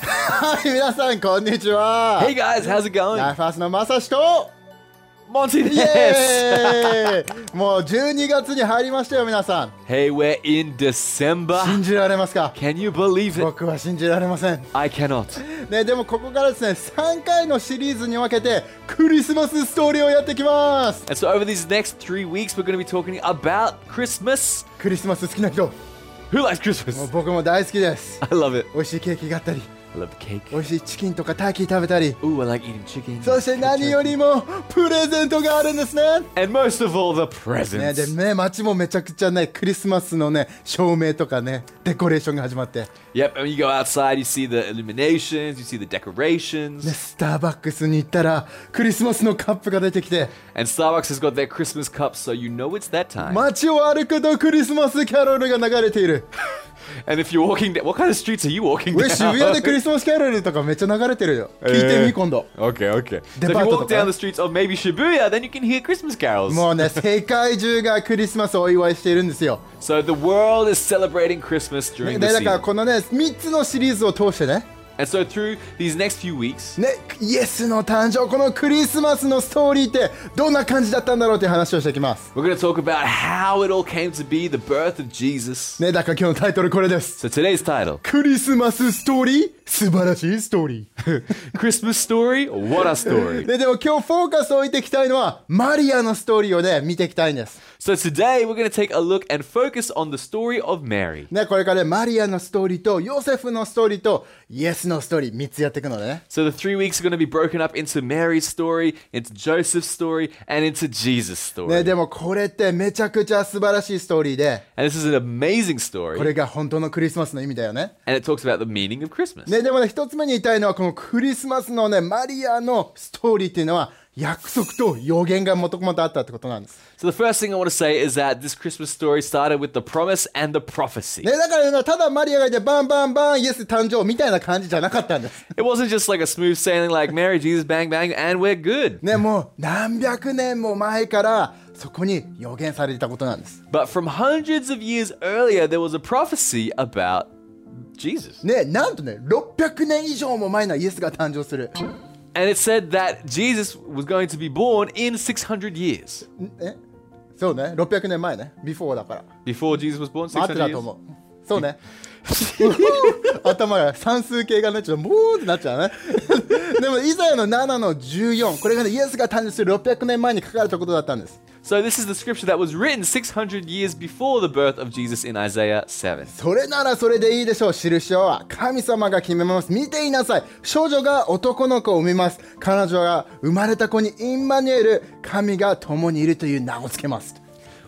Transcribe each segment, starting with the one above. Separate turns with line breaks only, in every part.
はい、皆さん、こんにちは。
Hey guys, how's it
ラ
going?
イフハウスのまさしと、
Monty
イ
this.
エーイもう12月に入りましたよ、皆さん。
Hey, we're in December.
信じられますか
Can you believe it?
僕は信じられません。
I cannot.
ね、でもここからですね、3回のシリーズに分けて、クリスマスストーリーをやってきます。
And so over these next three weeks, we're going to be talking about Christmas.
クリスマス好きな人、も
Who likes
う
Christmas?
僕も大好きです。
I love it.
美味しいケーキがあったり、
I love the cake.
美味しいチキンとかターキー食べたり、
Ooh, I like eating chicken.
そして何よりもプレゼントがあるんですね。
And most of all, the
ね、で
presents.
ね、街もめちゃくちゃね、クリスマスのね、照明とかね、デコレーションが始まって、
Yep, and when you go outside, you see the illuminations, you see the
で
decorations.
スターバックスに行ったら、クリスマスのカップが出てきて、
And Starbucks has got their Christmas cups, so you know it's that time.
街を歩くとクリスマスキャロルが流れている。
And if you're walking, down, what kind of streets are you walking
俺、
down?
渋谷でクリスマスキャロルとかめっちゃ流れてるよ。聞いてみ、今度。
Okay, okay. So
デ
if
パー
you
トと
walk
か
down the streets of maybe Shibuya, then you can hear Christmas carols.
もうね、世界中がクリスマスをお祝いしているんですよ。
So the world is celebrating Christmas
ね
during
で
this
だから
season.
このね、3つのシリーズを通してね、
And so through these next few weeks,
ね、イエスの誕生、このクリスマスのストーリーってどんな感じだったんだろうっていう話をしていきます。
we're going to talk about how it all came to be, the birth of Jesus.
ね、だから今日のタイトルこれです。
So today's title,
クリスマスストーリー素晴らしいストーリー。
Christmas story, what a story.
で、でも今日フォーカスを置いていきたいのは、マリアのストーリーをね、見ていきたいんです。
So today we're going to take a look and focus on the story of Mary.
ね、これからね、マリアのストーリーと、ヨセフのストーリーと、イエスのストーリー、3つやっていくのでね。
So the three weeks are going to be broken up into Mary's story, into Joseph's story, and into Jesus'
ね、
story.
でもこれってめちゃくちゃ素晴らしいストーリーで、
And this is an amazing
こ
story,
れが本当のクリスマスの意味だよね。
and it talks about the meaning of Christmas.
ね、でもね、一つ目に言いたいのは、このクリスマスのね、マリアのストーリーっていうのは、約束と予言がもともとあったってことなんです。
So the first thing I want to say is that this Christmas story started with the promise and the prophecy.
ね、だからね、ただマリアがいて、バンバンバン、イエス誕生みたいな感じじゃなかったんです。
It wasn't just like a smooth sailing like Mary, Jesus, bang, bang, and we're good.
ね、もう何百年も前からそこに予言されていたことなんです。
But from hundreds of years earlier, there was a prophecy about Jesus.
ね、なんとね、600年以上も前のイエスが誕生する。
And it said that Jesus was going to be born in 600 years.
んえそうね、600年前ね、before だから。
Before Jesus was born,
合って
600
たと思
years.
う。そうね。頭が算数系がね、ちょっともうってなっちゃうね。でも、イザヤの7の14、これがね、イエスが誕生する600年前に書かれたことだったんです。
So this is the scripture that was written 600 years before the birth of Jesus in Isaiah 7.
それならそれでいいでしょう。印は神様が決めます。見ていなさい。少女が男の子を産みます。彼女が生まれた子にインマニュエル、神が共にいるという名をつけます。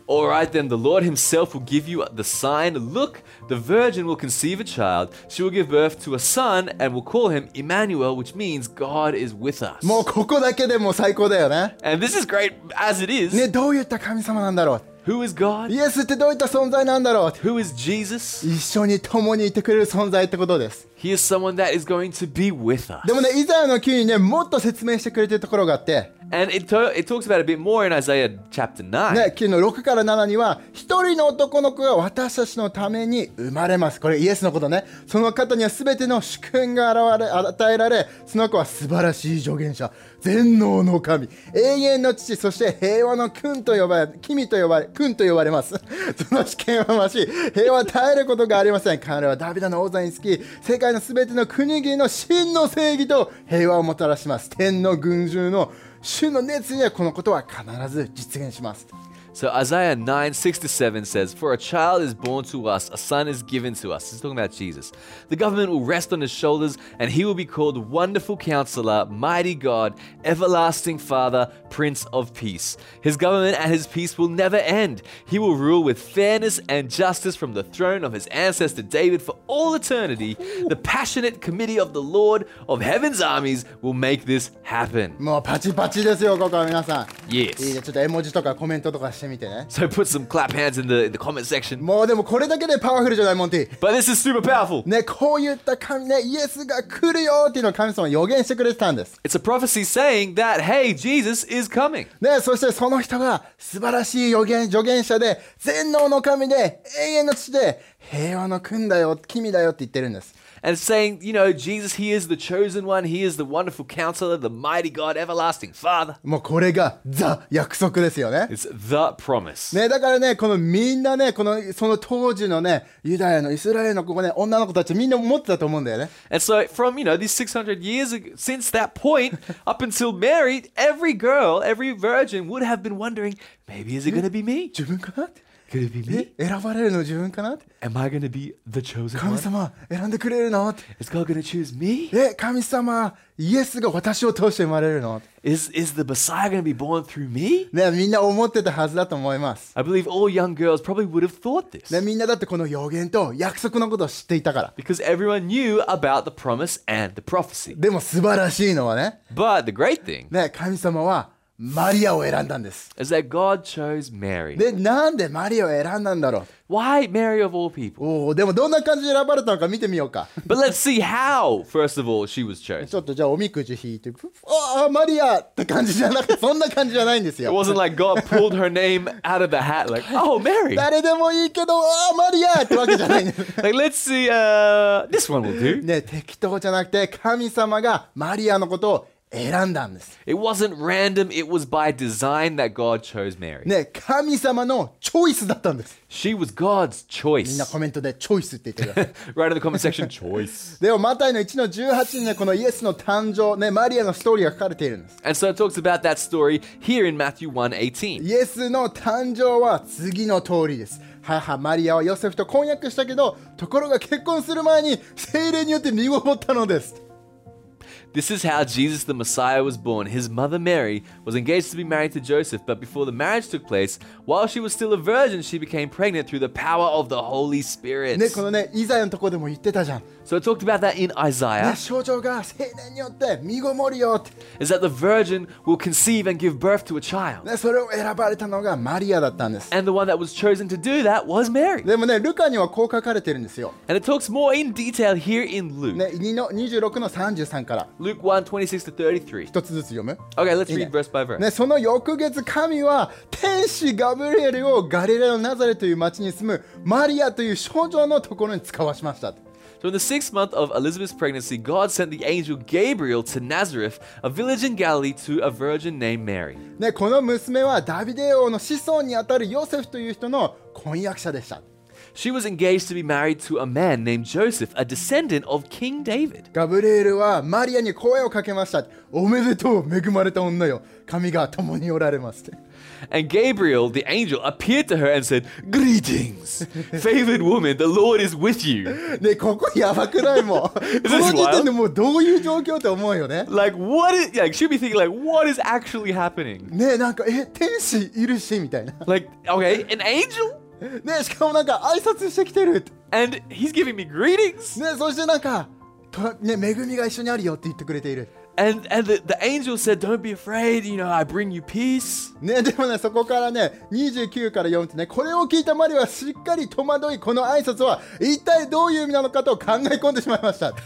All right, then the Lord Himself will give you the sign. Look, the virgin will conceive a child. She will give birth to a son and will call him Emmanuel, which means God is with us.
もうここだけでもう最高だよね。
And this is great as it is.
ね、どういった神様なんだろ
Who is
う。
God?
イエスってどういった存在なんだろう。
Who is Jesus?
一緒に共にいてくれる存在ってことです。
He is someone that is going to be with us.
でもね、イザヤの9にね、もっと説明してくれてるところがあって、
And it, to- it talks about it a bit more in Isaiah chapter 9.
ね、9の6から7には、一人の男の子が私たちのために生まれます。これイエスのことね。その方には全ての主君が現れ与えられ、その子は素晴らしい助言者、全能の神、永遠の父、そして平和の君と呼ばれ、君と呼ばれ、君と呼ばれます。 その主権はましい、平和は耐えることがありません。彼はダビデの王座につき、世界の全ての国々の真の正義と平和をもたらします。天の群衆の主の熱意にはこのことは必ず実現します。
So Isaiah 9, 6 to 7 says, For a child is born to us, a son is given to us. He's talking about Jesus. The government will rest on his shoulders, and he will be called Wonderful Counselor, Mighty God, Everlasting Father, Prince of Peace. His government and his peace will never end. He will rule with fairness and justice from the throne of his ancestor David for all eternity. The passionate committee of the Lord of heaven's armies will make this happen.
もうパチパチですよ、ここは皆さん。いい
Yes.
ね、ちょっと絵文字とかコメントとかしてみてね。
So put some clap hands in the, in the comment section.
もうでもこれだけでパワフルじゃない、モンテ
But this is super powerful.
ィ。ね、こういった神ね、イエスが来るよっていうのを神様は予言してくれてたんです。
It's a prophecy saying that, hey, Jesus is coming.
ね、そしてその人が素晴らしい予言、助言者で、全能の神で、永遠の父で、平和の君だよ、君だよって言ってるんです。
and saying, you know, Jesus, he is the chosen one, he is the wonderful counselor, the mighty God, everlasting Father.
もうこれがザ約束ですよね。
It's the promise.
ね、だからね、このみんなね、この、その当時のね、ユダヤのイスラエルのここね、女の子たちみんな思ってたと思うんだよね。
And so, from, you know, these 600 years ago, since that point up until Mary, every girl, every virgin would have been wondering, maybe is it going to be me?
自分かなって。
Could it be me?
え選ばれるの自分かなって。
Am I going to be the chosen
神
one?
様、選んでくれるのって。
Is God going to choose me?
え、神様、イエスが私を通して生まれるの
Is, is the Messiah going to be born through me?
ね、みんな思ってたはずだと思います。
I believe all young girls probably would have thought this
ね、みんなだってこの予言と約束のことを知っていたから。
because everyone knew about the promise and the prophecy.
でも素晴らしいのはね、
But the great thing
ね、神様はマリアを選んだんです。
is that God chose Mary.
で、なんでマリアを選んだんだろう
Why Mary of all people?
おお、でもどんな感じで選ばれたのか見てみようか。
But let's see how, first of all, she was chosen.
ちょっとじゃあおみくじ引いて、ふああ、マリアって感じじゃなくて、そんな感じじゃないんです
It
よ。
wasn't like God pulled her name out of the hat, like, oh, Mary.
誰でもいいけど、ああ、マリアってわけじゃないんです。
Like, let's see, uh, this one will do.
ね、適当じゃなくて、神様がマリアのことを選んだんです。
It wasn't random, it was by design that God chose Mary.
ね、神様のチョイスだったんです。
She was God's
みんな
choice.
コメントでチョイスって言ってくださ い。
Right in the comment section, choice.
でも、マタイの1の18にね、このイエスの誕生、ね、マリアのストーリーが書かれているんです。
And so it talks about that story here in Matthew 1:18.
イエスの誕生は次の通りです。母マリアはヨセフと婚約したけど、ところが結婚する前に聖霊によって身ごもったのです。
This is how Jesus the Messiah was born. His mother Mary was engaged to be married to Joseph, but before the marriage took place, while she was still a virgin, she became pregnant through the power of the Holy Spirit.
ね、このね、イザヤのとこでも言ってたじゃん。ね、
So it talked about that in Isaiah
象徴が聖霊によって身ごもるよって、
is that the virgin will conceive and give birth to a child.
ね、それを選ばれたのがマリアだったんです。
And the one that was chosen to do that was Mary.
でもね、ルカにはこう書かれてるんですよ。
And it talks more in detail here in Luke.
ね、2の26の33から
Luke 1 26 to 33.
一つずつ読む。
Okay, let's
いいね
read verse by verse.
ね、その翌月神は天使ガブリエルをガリレオのナザレという町に住むマリアという少女のところに使わしましたと
So, in the sixth month of Elizabeth's pregnancy, God sent the angel Gabriel to Nazareth, a village in Galilee, to a virgin named Mary.
ね、この娘はダビデ王の子孫にあたるヨセフという人の婚約者でした
She was engaged to be married to a man named Joseph, a descendant of King David.
ガブリエルはマリアに声をかけましたおめでとう恵まれた女よ神が共におられますって
And Gabriel, the angel, appeared to her and said, Greetings, favored woman, the Lord is with you.
ねここやばくないもうこの
This is
時点でもうどういう状況って思うよね
Like, what is, like, she'd be thinking, like, what is actually happening?
ねなんかえ天使いるしみたいな
Like, okay, an angel?
ねしかもなんか挨拶してきてるって
And he's giving me greetings?
ねそしてなんかとね恵みが一緒にあるよって言ってくれている
And, and the, the angel said, Don't be afraid, you know, I bring you peace.
ねでもねそこからね29から読むとねこれを聞いたマリはしっかり戸惑いこの挨拶は一体どういう意味なのかと考え込んでしまいましたね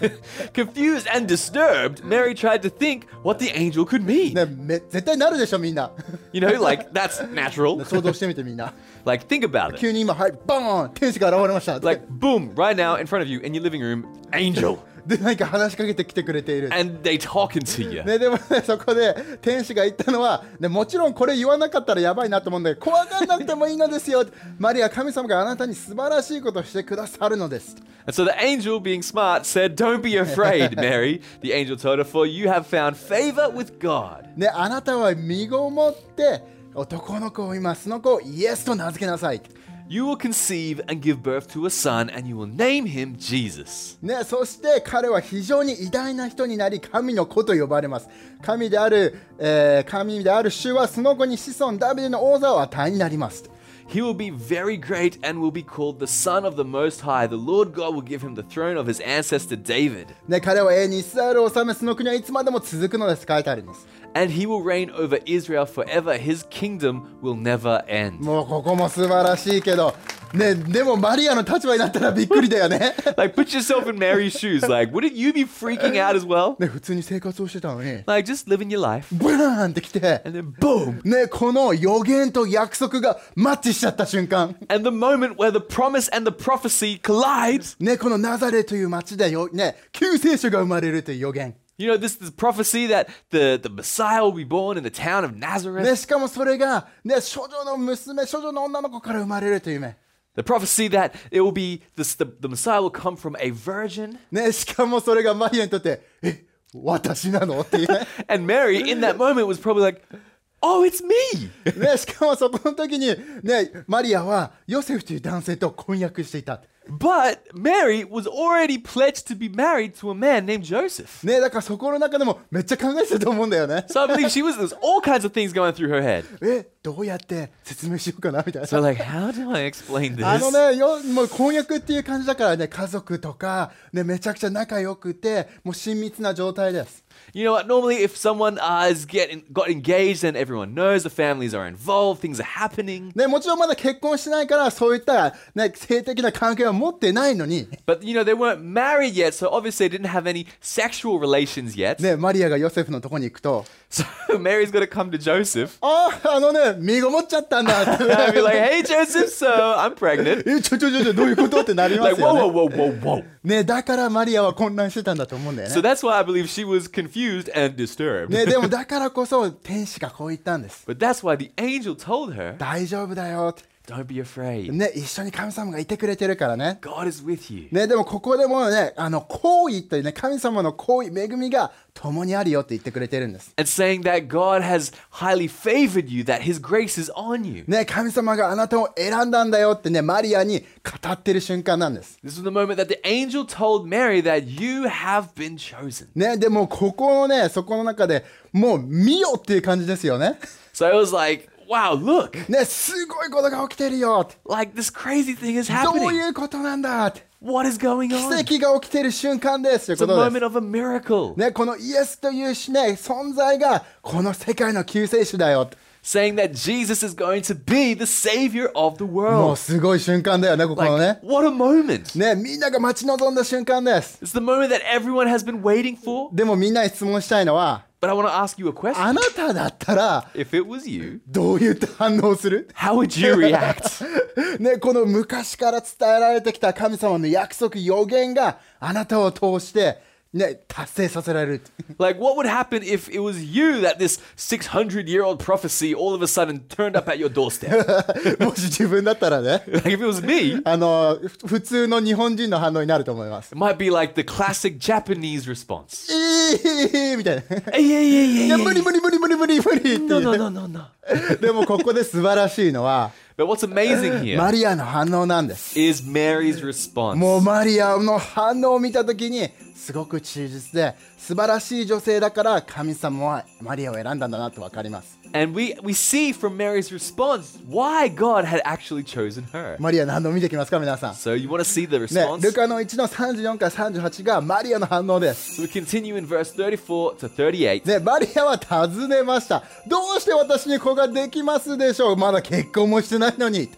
Confused and disturbed, Mary tried to think what the angel could mean.
め絶対なるでしょみんな
You know, like that's natural.
想像してみてみんな
Like think about it.
急に今はいバーン天使が現れましたって
Like boom, right now in front of you in your living room, angel,
で何か話しかけてきてくれている
and they talking to you.
ね、でもね、 そこで天使が言ったのは、ね、もちろんこれ言わなかったらやばいなと思うんだけど、怖がらなくてもいいのですよ。 マリア、神様があなたに素晴らしいことをしてくださるのです。
And so the angel, being smart, said, "Don't be afraid, Mary." The angel told her, "For you have found favor with God."
ね、あなたは身ごもって、男の子を今、その子をイエスと名付けなさい。
You will conceive and give birth to a son, and you will name him Jesus.
ね、そして彼は非常に偉大な人になり、神の子と呼ばれます。神である、えー神である主はその子に子孫ダビデの王座を与えになります。
He will be very great and will be called the Son of the Most High. The Lord God will give him the throne of his ancestor David.
ね、彼は永遠にイスラエルを治め、その国はいつまでも続くのです。書いてあるんです。
and he will reign over Israel forever. His kingdom will never end.
もうここも素晴らしいけどね、でもマリアの立場になったらびっくりだよね。
Like, put yourself in Mary's shoes. Like, wouldn't you be freaking out as well?
ね、普通に生活をしてたのに、
Like, just living your life.
ブラーンってきて、
And then boom!
ね、この予言と約束がマッチしちゃった瞬間、
And the moment where the promise and the prophecy collide.
ね、このナザレという町でよ、ね、救世主が生まれるという予言。
You know, this, this prophecy that the, the Messiah will be born in the town of Nazareth.
ね、しかもそれが、ね、処女の娘、処女の女の子から生まれるという夢。
The prophecy that it will be this, the, the Messiah will come from a virgin.
ね、しかもそれがマリアにとって、え、私なのっていうね。
And Mary, in that moment, was probably like, Oh, it's me!
ね、しかもそこの時に、ね、マリアはヨセフという男性と婚約していた。
But Mary was already pledged to be married to a man named Joseph.
ね、だからそこの中でもめっちゃ考えてたと思うんだよね。
So I believe she was, there's all kinds of things going through her head.
え、どうやって説明しようかなみたいな。
So, like, how do I explain
あ
this?
のね、よもう婚約っていう感じだからね、家族とか、ね、めちゃくちゃ仲良くて、もう親密な状態です。
You know what? Normally, if someone uh, is getting got engaged, then everyone knows the families are involved, things are happening.
ね、もちろんまだ結婚してないから、そういった、ね、性的な関係は持ってないのに、
But you know they weren't married yet, so obviously they didn't have any sexual relations yet.
ね、マリアがヨセフのとこに行くと、
So Mary's got to come to Joseph
ああ、あのね、身ごもっちゃったんだ って。
and be like, "Hey, Joseph, so I'm pregnant."
え、ちょちょちょちょ、どういうことってなりま
Like,
す
whoa,
よ
whoa,
ね。
whoa, whoa, whoa.
ね、だからマリアは混乱してたんだと思うんだよ
So
ね。
that's why I believe she was confused and disturbed.
ね、でもだからこそ天使がこう言ったんです。
But that's why the angel told her,
大丈夫だよって。
"Don't be afraid.
ね、一緒に神様がいてくれてるからね。
God is with you."
ね、でもここでもね、あの、好意というね、神様の好意、恵みが共にあるよって言ってくれてるんです。
And saying that God has highly favored you, that His grace is on you.
ね、神様があなたを選んだんだよってね、マリアに語ってる瞬間なんです。
This was the moment that the angel told Mary that you have been chosen.
ね、でもここのね、そこの中でもう見よっていう感じですよね。
So it was like, wow, look,
ね、すごいことが起きてるよって。
like this crazy thing is
どう
happening.
いうことなんだって。
What is going
奇
on? It's
跡が起きてる瞬間ですという
a
ことで
moment
す。
of a miracle.
ね、このイエスというしね、存在がこの世界の救世主だよって。
Saying that Jesus is going to be the savior of the
もう
world.
すごい瞬間だよね、ここのね。
Like, what a moment.
ね、みんなが待ち望んだ瞬間です。
It's the moment that everyone has been waiting for.
でもみんなに質問したいのは、
But I want to ask you a question.
あなただったら
If it was you,
どういう反応する
how would you react?
ね、この昔から伝えられてきた神様の約束、予言があなたを通して、ね、達成させられる。
like, what would happen if it was you that this 600 year old prophecy all of a sudden turned up at your doorstep?
もし自分だったらね、
like, if it was me,
あの、ふ普通の日本人の反応になると思います。
It might be like the classic Japanese response.
えーみたいな。い
Hey, yeah, yeah, yeah,
や、
yeah.
無理無理無理無理無理無理っていうね
No, no, no, no, no.
でもここで素晴らしいのは、
But what's amazing here is
マリアの反応なんです。
Mary's response.
もうマリアの反応を見たときに、すごく忠実で、素晴らしい女性だから、神様はマリアを選んだんだなとわかります。
And we, we see from Mary's response why God had actually chosen her.
マリアの反応見てきますか、皆さん。
So you want to see the
ね
response?、
ルカの1の34から38がマリアの反応です。
So we continue in verse 34 to 38.
ね、マリアは尋ねました。どうして私に子ができますでしょうまだ結婚もしてないのに。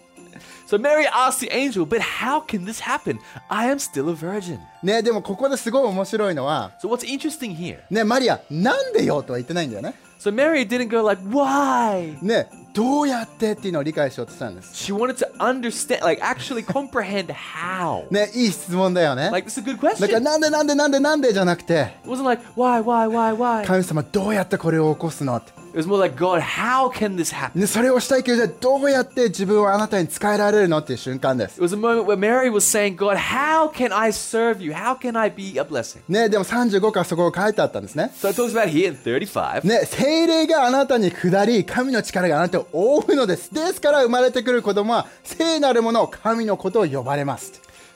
So Mary asked the angel, But how can this happen? I am still a virgin.
ね、でもここですごい面白いのは、
So what's interesting here?
ね、マリア、なんでよとは言ってないんだよね。
So Mary didn't go like, Why?
ね、どうやってっていうのを理解しようとしたんです。
She wanted to understand, like actually comprehend how.
ね、いい質問だよね。
Like, this is a
だ
good
から
question.
なんでなんでなんでなんでじゃなくて
It wasn't like why, why, why, why.
神様どうやってこれを起こすのって、
It was more like God, how can this happen?
ね、それをしたいけどじゃあどうやって自分はあなたに使えられるのっていう瞬間です
It、was a moment where Mary was saying, God, how can I serve you? How can I be a blessing?
ね、でも35からそこが書いてあったんですね
So it talks about here in 35.
ね、精霊があなたに下り神の力があなたを覆うのですですから生まれてくる子供は聖なるものを神のことを呼ばれます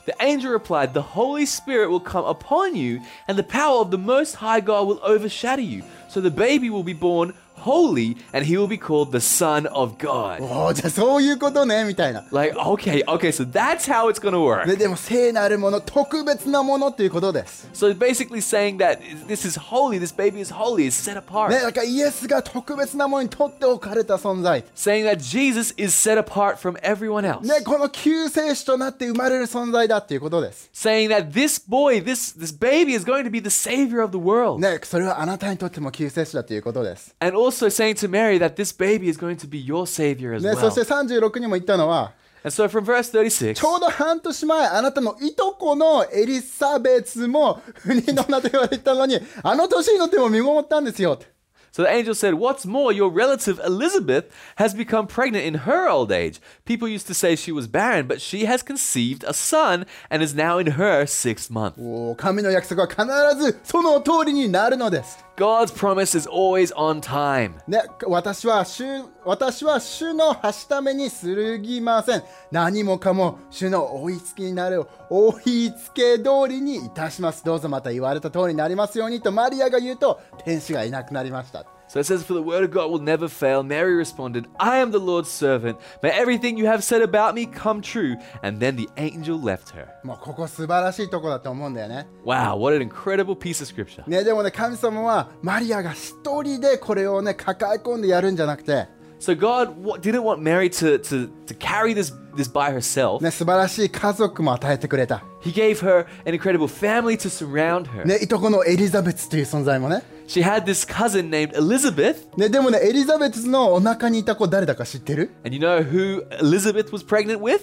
The angel replied, The Holy Spirit will come upon you, and the power of the Most High God will overshadow you. So the baby will be born holy, and he will be called the Son of God.
おおじゃあそういうことねみたいな
Like, okay, okay, so that's how it's gonna work.
ででも聖なるもの特別なものっていうことです、
So basically saying that this is holy, this baby is holy, is set apart.
ね、だからイエスが特別なものにとっておかれた存在、
Saying that Jesus is set apart from everyone else.
ね、この救世主となって生まれる存在だっていうことです、
Saying that this boy, this this baby is going to be the savior of the world.
ね、それはあなたにとっても救世主だということです、
And also saying to Mary that this baby is going to be your savior as
ね、そ
well.
して36にも言ったのは
And so from verse 36,
ちょうど半年前あなたのいとこのエリザベツも不妊の女と言われたのにあの年になっても見守ったんですよ
so the angel said, What's more, your relative Elizabeth has become pregnant in her old age. People used to say she was barren, but she has conceived a son and is now in her sixth month.
おー神の約束は必ずその通りになるのです、
God's promise is always on time.
ね、私は主私は主の端ためにするぎません何もかも主の追いつきになる追いつけ通りにいたしますどうぞまた言われた通りになりますようにとマリアが言うと天使がいなくなりました
So it says, For the word of God will never fail. Mary responded, I am the Lord's servant. May everything you have said about me come true. And then the angel left her.
もうここ素晴らしいとこだと思うんだよね
Wow, what an incredible piece of scripture.
ね、でもね神様はマリアが一人でこれをね抱え込んでやるんじゃなくて、
So God wa- didn't want Mary to, to, to carry this, this by herself.
ね、素晴らしい家族も与えてくれた、
He gave her an incredible family to surround her.
ね、いとこのエリザベツという存在もね
She had this cousin named Elizabeth.
ねでもねエリザベツのお腹にいた子誰だか知ってる
And you know who Elizabeth was pregnant with?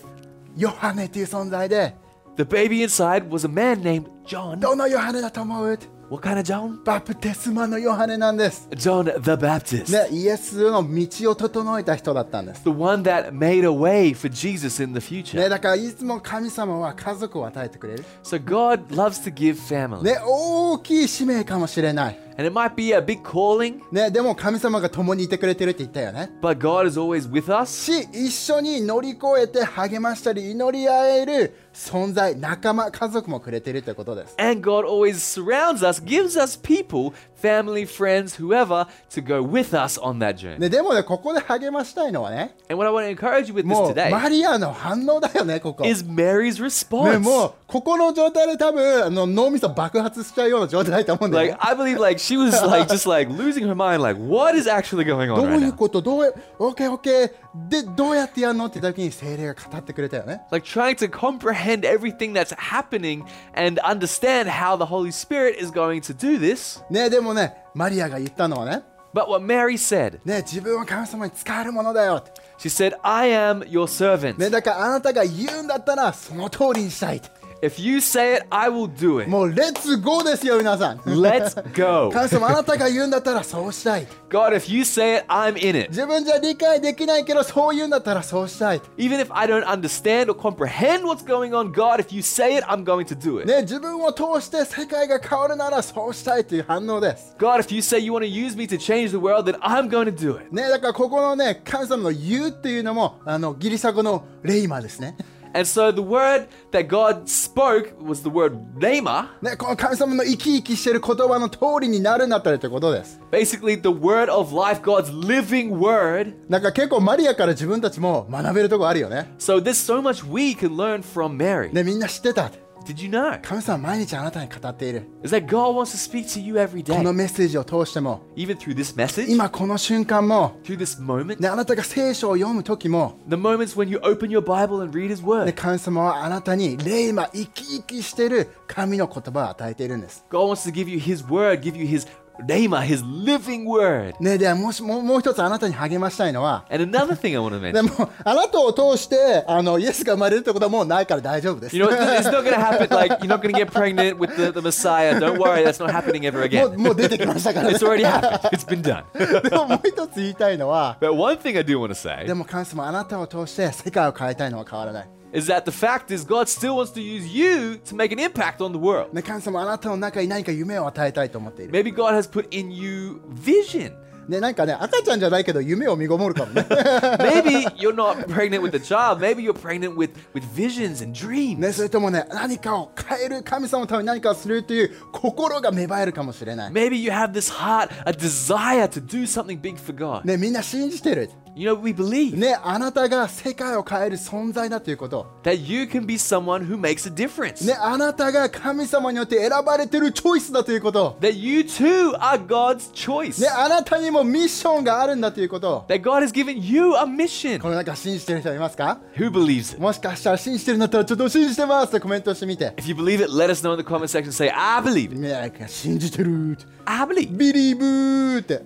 ヨハネという存在で
The baby inside was a man named John.
どのヨハネだと思う
What kind of John?
バプテスマのヨハネなんです、
John the Baptist.
ね、イエスの道を整えた人だったんです、
the one that made a way for Jesus in the future.
ね、だからいつも神様は家族を与えてくれる、
So God loves to give family.
ね、大きい使命かもしれない、
And it might be a big calling,
ね、でも神様が共にいてくれてるって言ったよね
but God is always with us.
し一緒に乗り越えて励ましたり祈り合える存在仲間家族もくれてるってことです
And God always surrounds us, gives us people, family, friends, whoever, to go with us on that journey.
ででもねここで励ましたいのはね
And what I want to encourage you with this
もう
today
マリアの反応だよねここ。ね
is Mary's
も
response.
うここの状態で多分あの脳みそ爆発しちゃうような状態だと思うんだよ、
Like
ね
I believe, like she was like just like losing her mind. Like what is actually going
ど
on
う
right
いう
now?
ことどうやオッケーオッケーでどうやってやるのって時に精霊が語ってくれたよね
Like trying to comprehend everything that's happening and understand how the Holy Spirit is going to do this.
ねでもねマリアが言ったのはね
But what Mary said,
ね自分は神様に使えるものだよって
she said, I am your servant.
ねだからあなたが言うんだったらその通りにしたいって
If you say it, I will do it.
もうレッツゴーですよ皆さん
Let's
神
go.
様あなたが言うんだったらそうしたい
God, if you say it, I'm in it.
自分じゃ理解できないけどそう言うんだったらそうしたい
Even if I don't understand or comprehend what's going on, God, if you say it, I'm going to do it.
ね自分を通して世界が変わるならそうしたいという反応です
God, if you say you want to use me to change the world, then I'm going to do it.
ねだからここのね神様の言うっていうのもあのギリシャ語のレイマですね
And so the word that God spoke was the word rhema,
ねこの神様の生き生きしてる言葉の通りになるんだったらということです
basically the word of life, God's living word.
なんか結構マリアから自分たちも学べるとこあるよね
So there's so much we can learn from Mary.
ねみんな知ってた
Did you know?
神様毎日あなたに語っている
Is that God wants to speak to you every
こ
day.
のメッセージを通しても
Even through this message,
今この瞬間も
through this moment,
ね、あなたが聖書を読む時も、
the moments when you open your Bible and read His
ね、
Word.
神様はあなたに霊今生き生きしてる神の言葉を与えているんです。
God wants to give you His Word, give you His Rhema, His living Word.
ね、でもしもうもう一つあなたに励ましたいのは、
And another thing I want to
で
mention.
もあなたを通してあのイエスが生まれるってことはもうないから大丈夫です。
You know, it's not going to happen. Like, you're not going to get pregnant with the, the Messiah. Don't worry, that's not happening ever
もう
again.
もう出てきましたから、ね
It's。already happened, it's been done.
でももう一つ言いたいのは、
But one thing I do want to say
でも神様あなたを通して世界を変えたいのは変わらない。
is that the fact is, God still wants to use you to make an impact on the world.
ね、神様あなたの中に何か夢を与えたいと思っている。
Maybe God has put in you vision.
ね、なんかね、赤ちゃんじゃないけど夢を見ごもるか もね。
Maybe you're not pregnant with a child. Maybe you're pregnant with, with visions and dreams.
ね、それともね、何かを変える、神様のために何かをするという心が芽生えるかもしれない。
Maybe you have this heart, a desire to do something big for God.
ね、みんな信じてる。
You know, we believe
ね、あなたが世界を変える存在だということ。
that you can be someone who makes a difference.
ね、あなたが神様によって選ばれてるチョイスだということ。
That you too are God's choice.
ね、あなたにもミッションがあるんだということ。
That God has given you a mission.
この中信じてる人いますか
Who believes it?
もしかしたら信じてるんだったらちょっと信じてますってコメントしてみて。
If you believe it, let us know in the comment section. Say, I believe it.
ね、なんか信じてるって。
I believe.
ビリーブーって。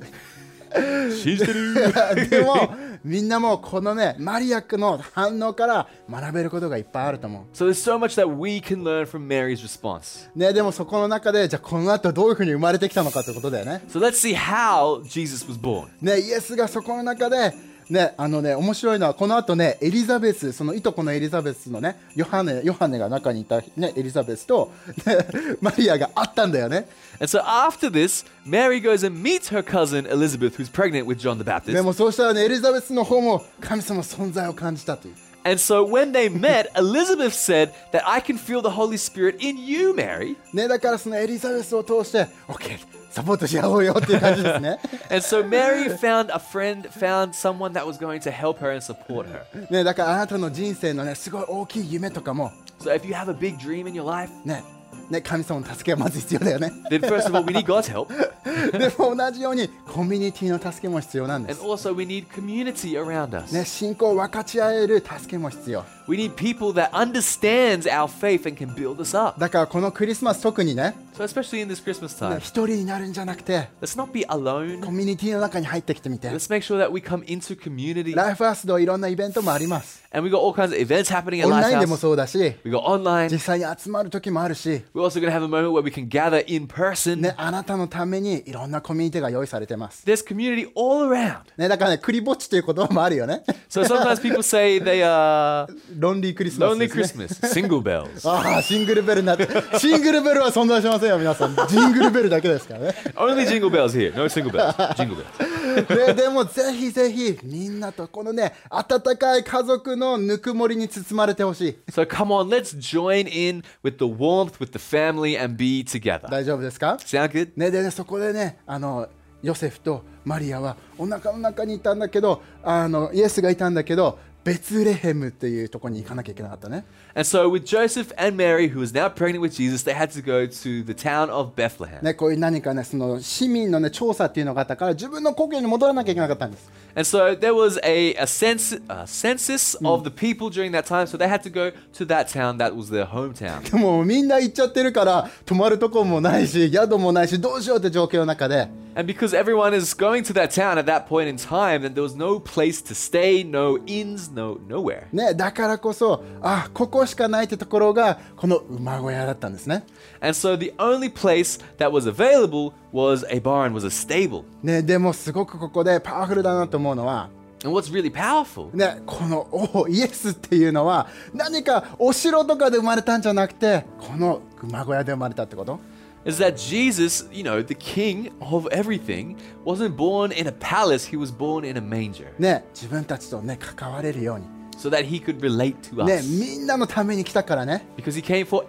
でも、みんなもうこのね、マリアックの反応から学べることがいっぱいあると思う。
So there's so much that we can learn from Mary's response.
ね、でもそこの中で、じゃあこの後どういうふうに生まれてきたのかということだよね。
So let's see how Jesus was born.
ね、イエスがそこの中で、ね、あのね、面白いのは、この後ね、エリザベス、そのいとこのエリザベスのね、ヨハネ、ヨハネが中にいた、ね、エリザベスと、ね、 マリアがあったんだよね。
And so after this, Mary goes and meets her cousin Elizabeth, who's pregnant with John the
で
Baptist.
もそうしたらね、エリザベスの方も神様の存在を感じたという。
And so when they met, Elizabeth said that I can feel the Holy Spirit in you, Mary.
ね、だからそのエリザベスを通して、OK、サポートし合おうよっていう感じですね。
And so Mary found a friend, found someone that was going to help her and support her.
ね、だからあなたの人生のね、すごい大きい夢とかも、
So if you have a big dream in your life,
ね、ね、神様の助けはまず必要だよね。
then first of all, we need God's help.
でも同じように、コミュニティの助けも必要なんで
And
す。
also, we need community around us.
ね、信仰を分かち合える助けも必要
We need people that understands our faith and can build us up.
だからこのクリスマス特にね
So especially in this Christmas
ね
time,
一人になるんじゃなくて
let's not be
コ
alone.
ミュニティの中に入ってきてみて
Let's make sure that we come into community
ライフハウスのいろんなイベントもあります
and we got all kinds of events happening
オ
at
ンラインでも
Lifehouse.
そうだし
We got online.
実際に集まる時もあるし
We're also going to have a moment where we can gather in person.
ねあなたのためにいろんなコミュニティが用意されてます、
There's community all around.
ね、だからねクリぼっちという言葉もあるよね
So sometimes people say they are
ロンリークリスマス
lonely
です、ね、
Christmas, single bells.
ああシングルベルになってシングルベルは存在しませんよ皆さんジングルベルだけですからね
Only jingle bells here. No single bells. Jingle bells.
ででもぜひぜひみんなとこのね温かい家族のぬくもりに包まれてほしい
So come on, let's join in with the warmth, with the family, and be together.
大丈夫ですか
Sound good?
ねでねそこでねあのヨセフとマリアはお腹の中にいたんだけどあのイエスがいたんだけどベツレヘムっていうとこに行かなきゃいけなかったね
And so, with Joseph and Mary, who is now pregnant with Jesus, they had to go to the town of Bethlehem.
ねこういう何かねその市民のね調査っていうのがあったから自分の故郷に戻らなきゃいけなかったんです
And so, there was a, a, cens- a census of the people during that time, so they had to go to that town that was their hometown.
でもみんな行っちゃってるから泊まるとこもないし宿もないしどうしようって状況の中で
And because everyone is going to that town at that point in time, then there was no place to stay, no inns, no nowhere.
ね、だからこそあここしかないってところがこの馬小屋だったんですね
And so, the only place that was available was a barn, was a stable.
ねでもすごくここでパワフルだなと思うのは、
And what's really powerful
ね、このおイエスっていうのは何かお城とかで生まれたんじゃなくてこの馬小屋で生まれたってこと、
is that Jesus, you know, the king of everything, wasn't born in a palace, he was born in a manger
ね、自分たちと、ね、関われるように、
so that he could relate to
ね、
us
みんなのために来たからね
because he came for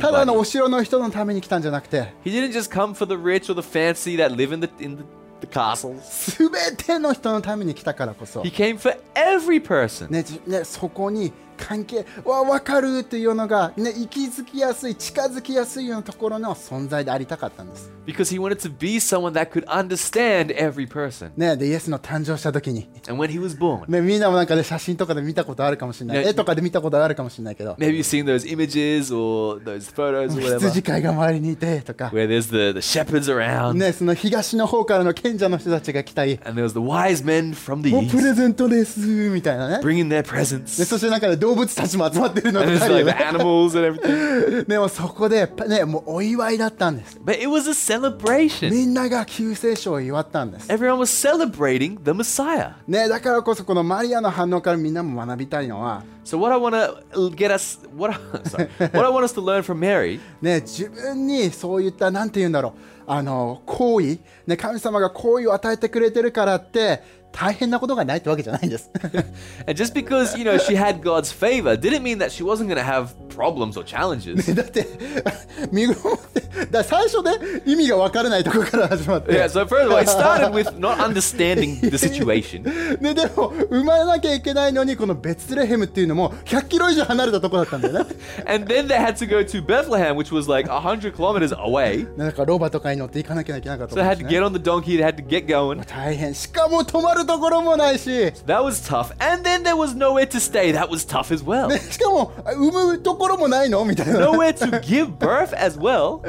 ただの
everybody.
お城の人のために来たんじゃなくて
He didn't just come for the rich or the fancy that live in the in the, the castles.
全ての人のために来たからこそ
He、came for every person.
ねじね、そこに関係わ分かるっていうのが、ね、行きづきやすい近づきやすいようなところの存在でありたかったんです、
Because he wanted to be someone that could understand every person.
ね、でイエスの誕生した時に
And when he was born,
ね、みんなもなんかね、写真とかで見たことあるかもしれない。
ね
絵とかで見たことあるかもしれないけど、
maybe you've seen those images or those photos or whatever
羊飼いが周りにいてとか、
where there's the, the shepherds around
ね、その東の方からの賢者の人たちが来たり、
and there was the wise men from the
もうプレ
east
ゼントですみたいなね。
bringing their
で
presents.
そしてなんかね、動物たちも集まってるの
and
とな
it's
るよ
like
ね
the animals and everything.
でもそこでねもうお祝いだったんです
But it was a celebration.
みんなが救世主を祝ったんです
Everyone was celebrating the Messiah.
ねだからこそこのマリアの反応からみんなも学びたいのは
So what I want to get us, what I, sorry, what I want us to learn from Mary
ね、自分にそういったなんて言うんだろうあの好意、ね、神様が好意を与えてくれてるからって大変なことがないってわけじゃないん です。
And just because, you know, she had God's favor didn't mean that she wasn't going to have problems or challenges.
だって身ごもってだ最初ね意味がわからないところから始まって。
Yeah, so first of all, it started with not understanding the situation.
ね、でも生まれなきゃいけないのにこのベツレヘムっていうのも100キロ以上離れたところだったんだよね
And then they had to go to Bethlehem, which was like 100 kilometers away.
なんかロバとかに乗って行かなきゃいけなかった
So they
もん
had
ね
to get on the donkey, they had to get going.
大変しかも泊まるところもないし
That was tough. And then there was nowhere to stay. That was tough as well.
ね しかも産むところもないのみたいな
Nowhere to give birth as well.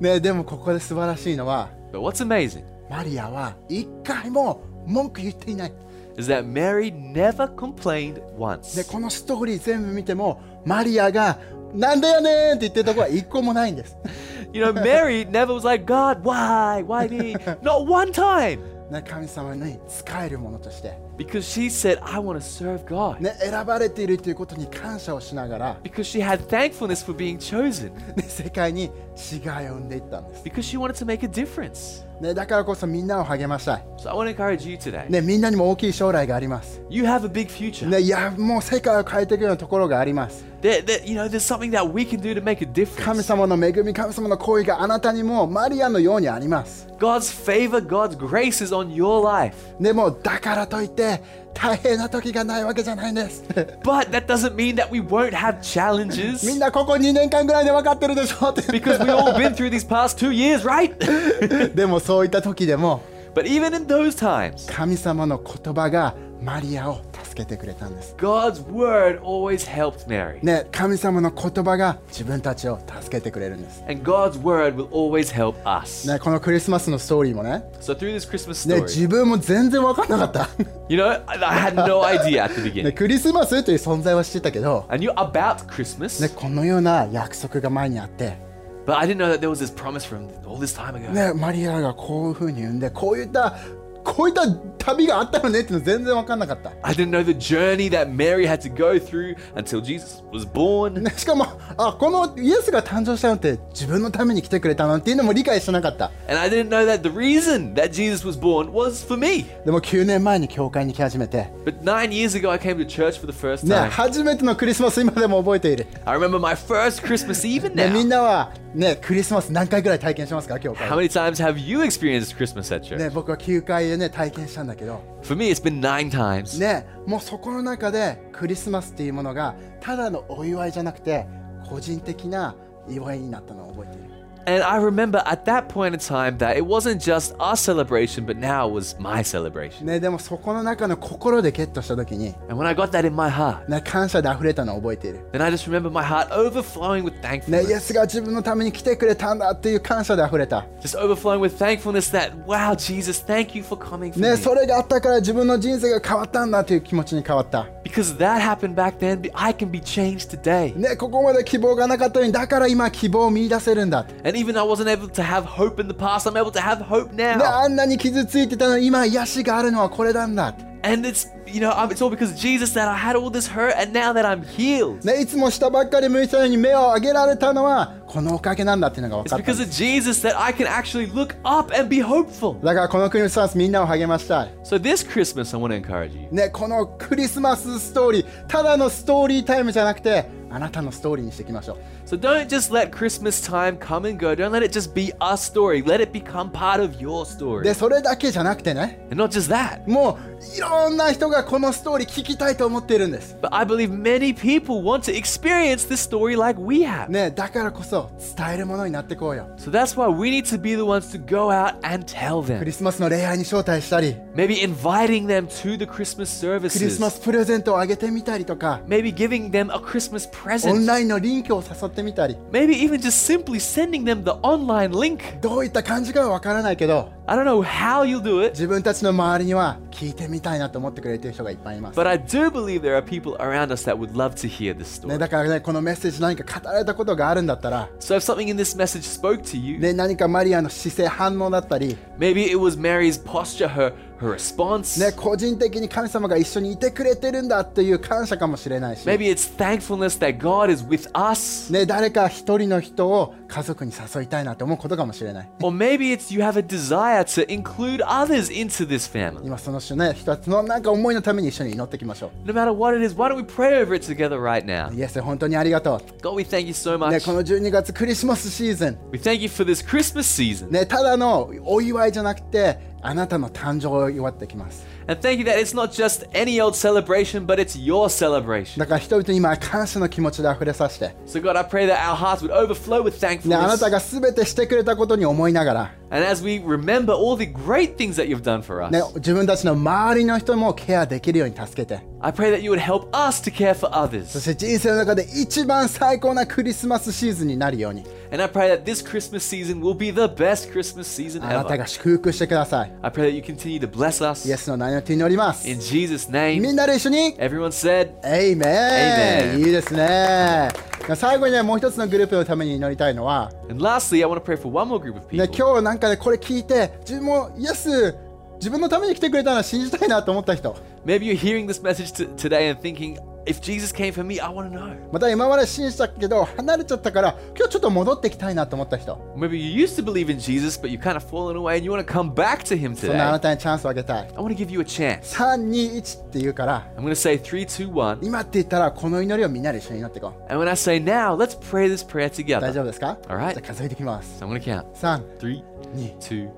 ねでもここで素晴らしいのは
But what's amazing
マリアは一回も文句言っていない。
is that Mary never complained once.
で、このストーリー全部見ても、マリアが、なんだよねーって言ってるとこは一個もないんです。
You know, Mary never was like, God, why? Why me? Not one time.
ね、神様に仕えるものとして、
Because she said, I want to serve God.
ね、選ばれているということに感謝をしながら、
Because she had thankfulness for being chosen.
ね、世界に違いを生んでいったんです。
Because she wanted to make a difference.
ね、だからこそみんなを励ましたい。
So I want to encourage you today.
ね、みんなにも大きい将来があります。
You have a big future.
ね、いや、もう世界を変えていくようなところがあります。
There, there, you know, there's something that we can do to make a
神
difference.
様の恵み、神様の行為があなたにもマリアのようにあります。
God's favor, God's grace is on your life.
でもだからといって大変な時がないわけじゃないんです
But that doesn't mean that we won't
み
have
ん
challenges.
なここ2年間ぐらいで分かってるでしょって
Because we've all been through these past two years, right?
でもそういった時でも
but even in those times,
神様の言葉がマリアを助けてくれたんです
God's word always helped Mary.
ね神様の言葉が自分たちを助けてくれるんです
And God's word will always help us.
ねこのクリスマスのストーリーもね
So through this Christmas
ね
story,
自分も全然分かんなかっ
you know, I I had no idea at the
た、ね、
beginning.
クリスマスという存在は知ってたけど
I knew about Christmas,
ねこのような約束が前にあって
but I didn't know that there was this promise from all this time ago.
ねマリアがこういうふうに産んでこういったこういった旅があったのねっていうの全然分かんなかった
I didn't know the journey that Mary had to go through until Jesus was born.
ねしかもあこのイエスが誕生したのって自分のために来てくれたなんていうのも理解してなかった
And I didn't know that the reason that Jesus was born was for me.
でも9年前に教会に来始めて、
But nine years ago, I came to church for the first
ね、
time.
初めてのクリスマス今でも覚えている、
I remember my first Christmas even
ね、みん
now.
なは、ね、クリスマス何回ぐらい体験しますか教会
How many times have you experienced Christmas at
ね、
church?
僕は9回でね体験したんだけど
For me, it's been nine times.
ねもうそこの中でクリスマスっていうものがただのお祝いじゃなくて個人的な祝いになったのを覚えている
And I remember at that point in time that it wasn't just our celebration, but now it was my celebration.
ねでもそこの中の心でゲットした時に、
And when I got that in my heart,
ね、感謝で溢れたのを覚えている
then I just remember my heart overflowing with
ね、イ
thankfulness.
エスが自分のために来てくれたんだっていう感謝で溢れた。
Just overflowing with thankfulness that, wow, Jesus, thank you for coming for
ね、
me.
それがあったから自分の人生が変わったんだという気持ちに変わった。
Because that happened back then, but I can be changed today.
ね、ここまで希望がなかったのに、だから今希望を見出せるんだ。ね、
And even though I wasn't able to have hope in the past, I'm able to have hope now.
あんなに傷ついてたのに、今癒しがあるのはこれなんだ。
And it's, you know, I'm- it's all because of Jesus that I had all this hurt, and now that I'm healed.
ね、いつも下ばっかり向いてたのに目を上げられたのは、このおかげなんだっていうのが分
It's
かったん
because
です。
of Jesus that I can actually look up and be hopeful.
だからこのクリスマスみんなを励ましたい。
So this Christmas, I want to encourage you.
ね、このクリスマスストーリー、ただのストーリータイムじゃなくて、あなたのストーリーにしていきましょう。
So don't just let Christmas time come and go. Don't let it just be our story. Let it become part of your story.
で、それだけじゃなくてね、
And not just that,
もういろんな人がこのストーリー聞きたいと思っているんです。
but I believe many people want to experience this story like we have.
ねえだからこそ伝えるものになってこうよ。
So that's why we need to be the ones to go out and tell
ク
them.
リスマスの礼拝に招待したり、
Maybe inviting them to the Christmas
クリスマ
services.
スプレゼントをあげてみたりとか、
Maybe giving them a Christmas
オン
present.
ラインのリンクを誘ってみたり、
Maybe even just simply sending them the online link.
どういった感じかはわからないけど、
I don't know how you'll do it,
自分たちの周りには聞いてみたいなと思ってくれてる人がいっぱいいます、
but I do believe there are people around us that would love to hear this
ね、
story.
だからねこのメッセージ何か語られたことがあるんだったら
So if something in this message spoke to you,
ね、何かマリアの姿勢反応だったり、
maybe it was Mary's posture, her her response,
ね、個人的に神様が一緒にいてくれてるんだっていう感謝かもしれないし、
maybe it's thankfulness that God is with us,
ね、誰か一人の人を家族に誘いたいなって思うことかもしれない
or maybe it's you have a desire to include others into this family.
今その人ね一つのなんか思いのために一緒に祈っていきましょ
No matter what it is, why don't we pray over it together right now?
うイエス本当にありがと
God, we thank you so
う、ね、
much.
この12月クリスマスシーズン
We thank you for this Christmas season.
ね、ただのお祝いじゃなくてあなたの誕生を祝ってきます
And thank you that it's not just any old celebration, but it's your celebration.
だから人々に今感謝の気持ちで溢れさせて、
So, God, I pray that our hearts would overflow with
ね、あな
thankfulness.
たが全てしてくれたことに思いながら、
And as we remember all the great things that you've done for
ね
us,、
自分たちの周りの人もケアできるように助けて
I pray that you would help us to care for
そし
others.
て人生の中で一番最高なクリスマスシーズンになるように
And I pray that this Christmas season will be the best Christmas season
あなた
ever.
が祝福してください
I pray that you continue to bless us.
イエスの名によって祈ります
In Jesus'
み
name,
んなで一緒に
everyone said,
エイメン
Amen
いいですね最後にねもう一つのグループのために祈りたいのは、
and lastly, I want to pray for one more group of
ね、
people.
今日なんかでこれ聞いて自分もイエス自分のために来てくれたのは信じたいなと思った人
Maybe you're hearing this message t- today and thinking, if Jesus came for me, I want to know.
また今まで信じたけど離れちゃったから今日ちょっと戻ってきたいなと思った人
Maybe you used to believe in Jesus, but you've kind of fallen away and you want to come back to Him
そん
today.
なあな
I
たにチャンスをあげたい
want to give you a chance.
321って言うから
I'm going to say three, two, one.
今って言ったらこの祈りをみんなで一緒に祈っていこう
And when I say now, let's pray this prayer
大
together.
丈夫ですか
Alright
じゃあ数えてきます
So I'm going to count
321
three, two,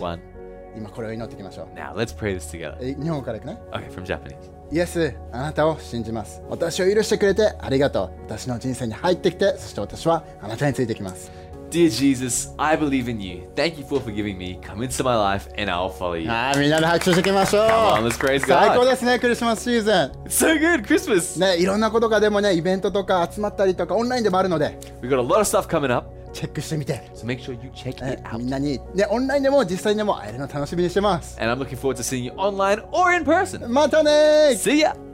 one.
今これを祈っていきましょう
Now let's pray this together.
え日本語からいくね
Okay, from Japanese.
イエスあなたを信じます私を許してくれてありがとう私の人生に入ってきてそして私はあなたについてきます
Dear Jesus, I believe in you. Thank you for forgiving me. Come into my life and I'll follow you.
あーみんなで拍手していきましょう
Come on, let's praise God.
最高ですねクリスマスシーズ
It's so good, Christmas.
ンねいろんなことがでもねイベントとか集まったりとかオンラインでもあるので
We've got a lot of stuff coming up,
チェックしてみて
so make sure you check
ね
it out.
みんなに、ね、オンラインでも実際にでも会えるの楽しみにしてます
And I'm looking forward to seeing you online or in person.
またねー
See ya!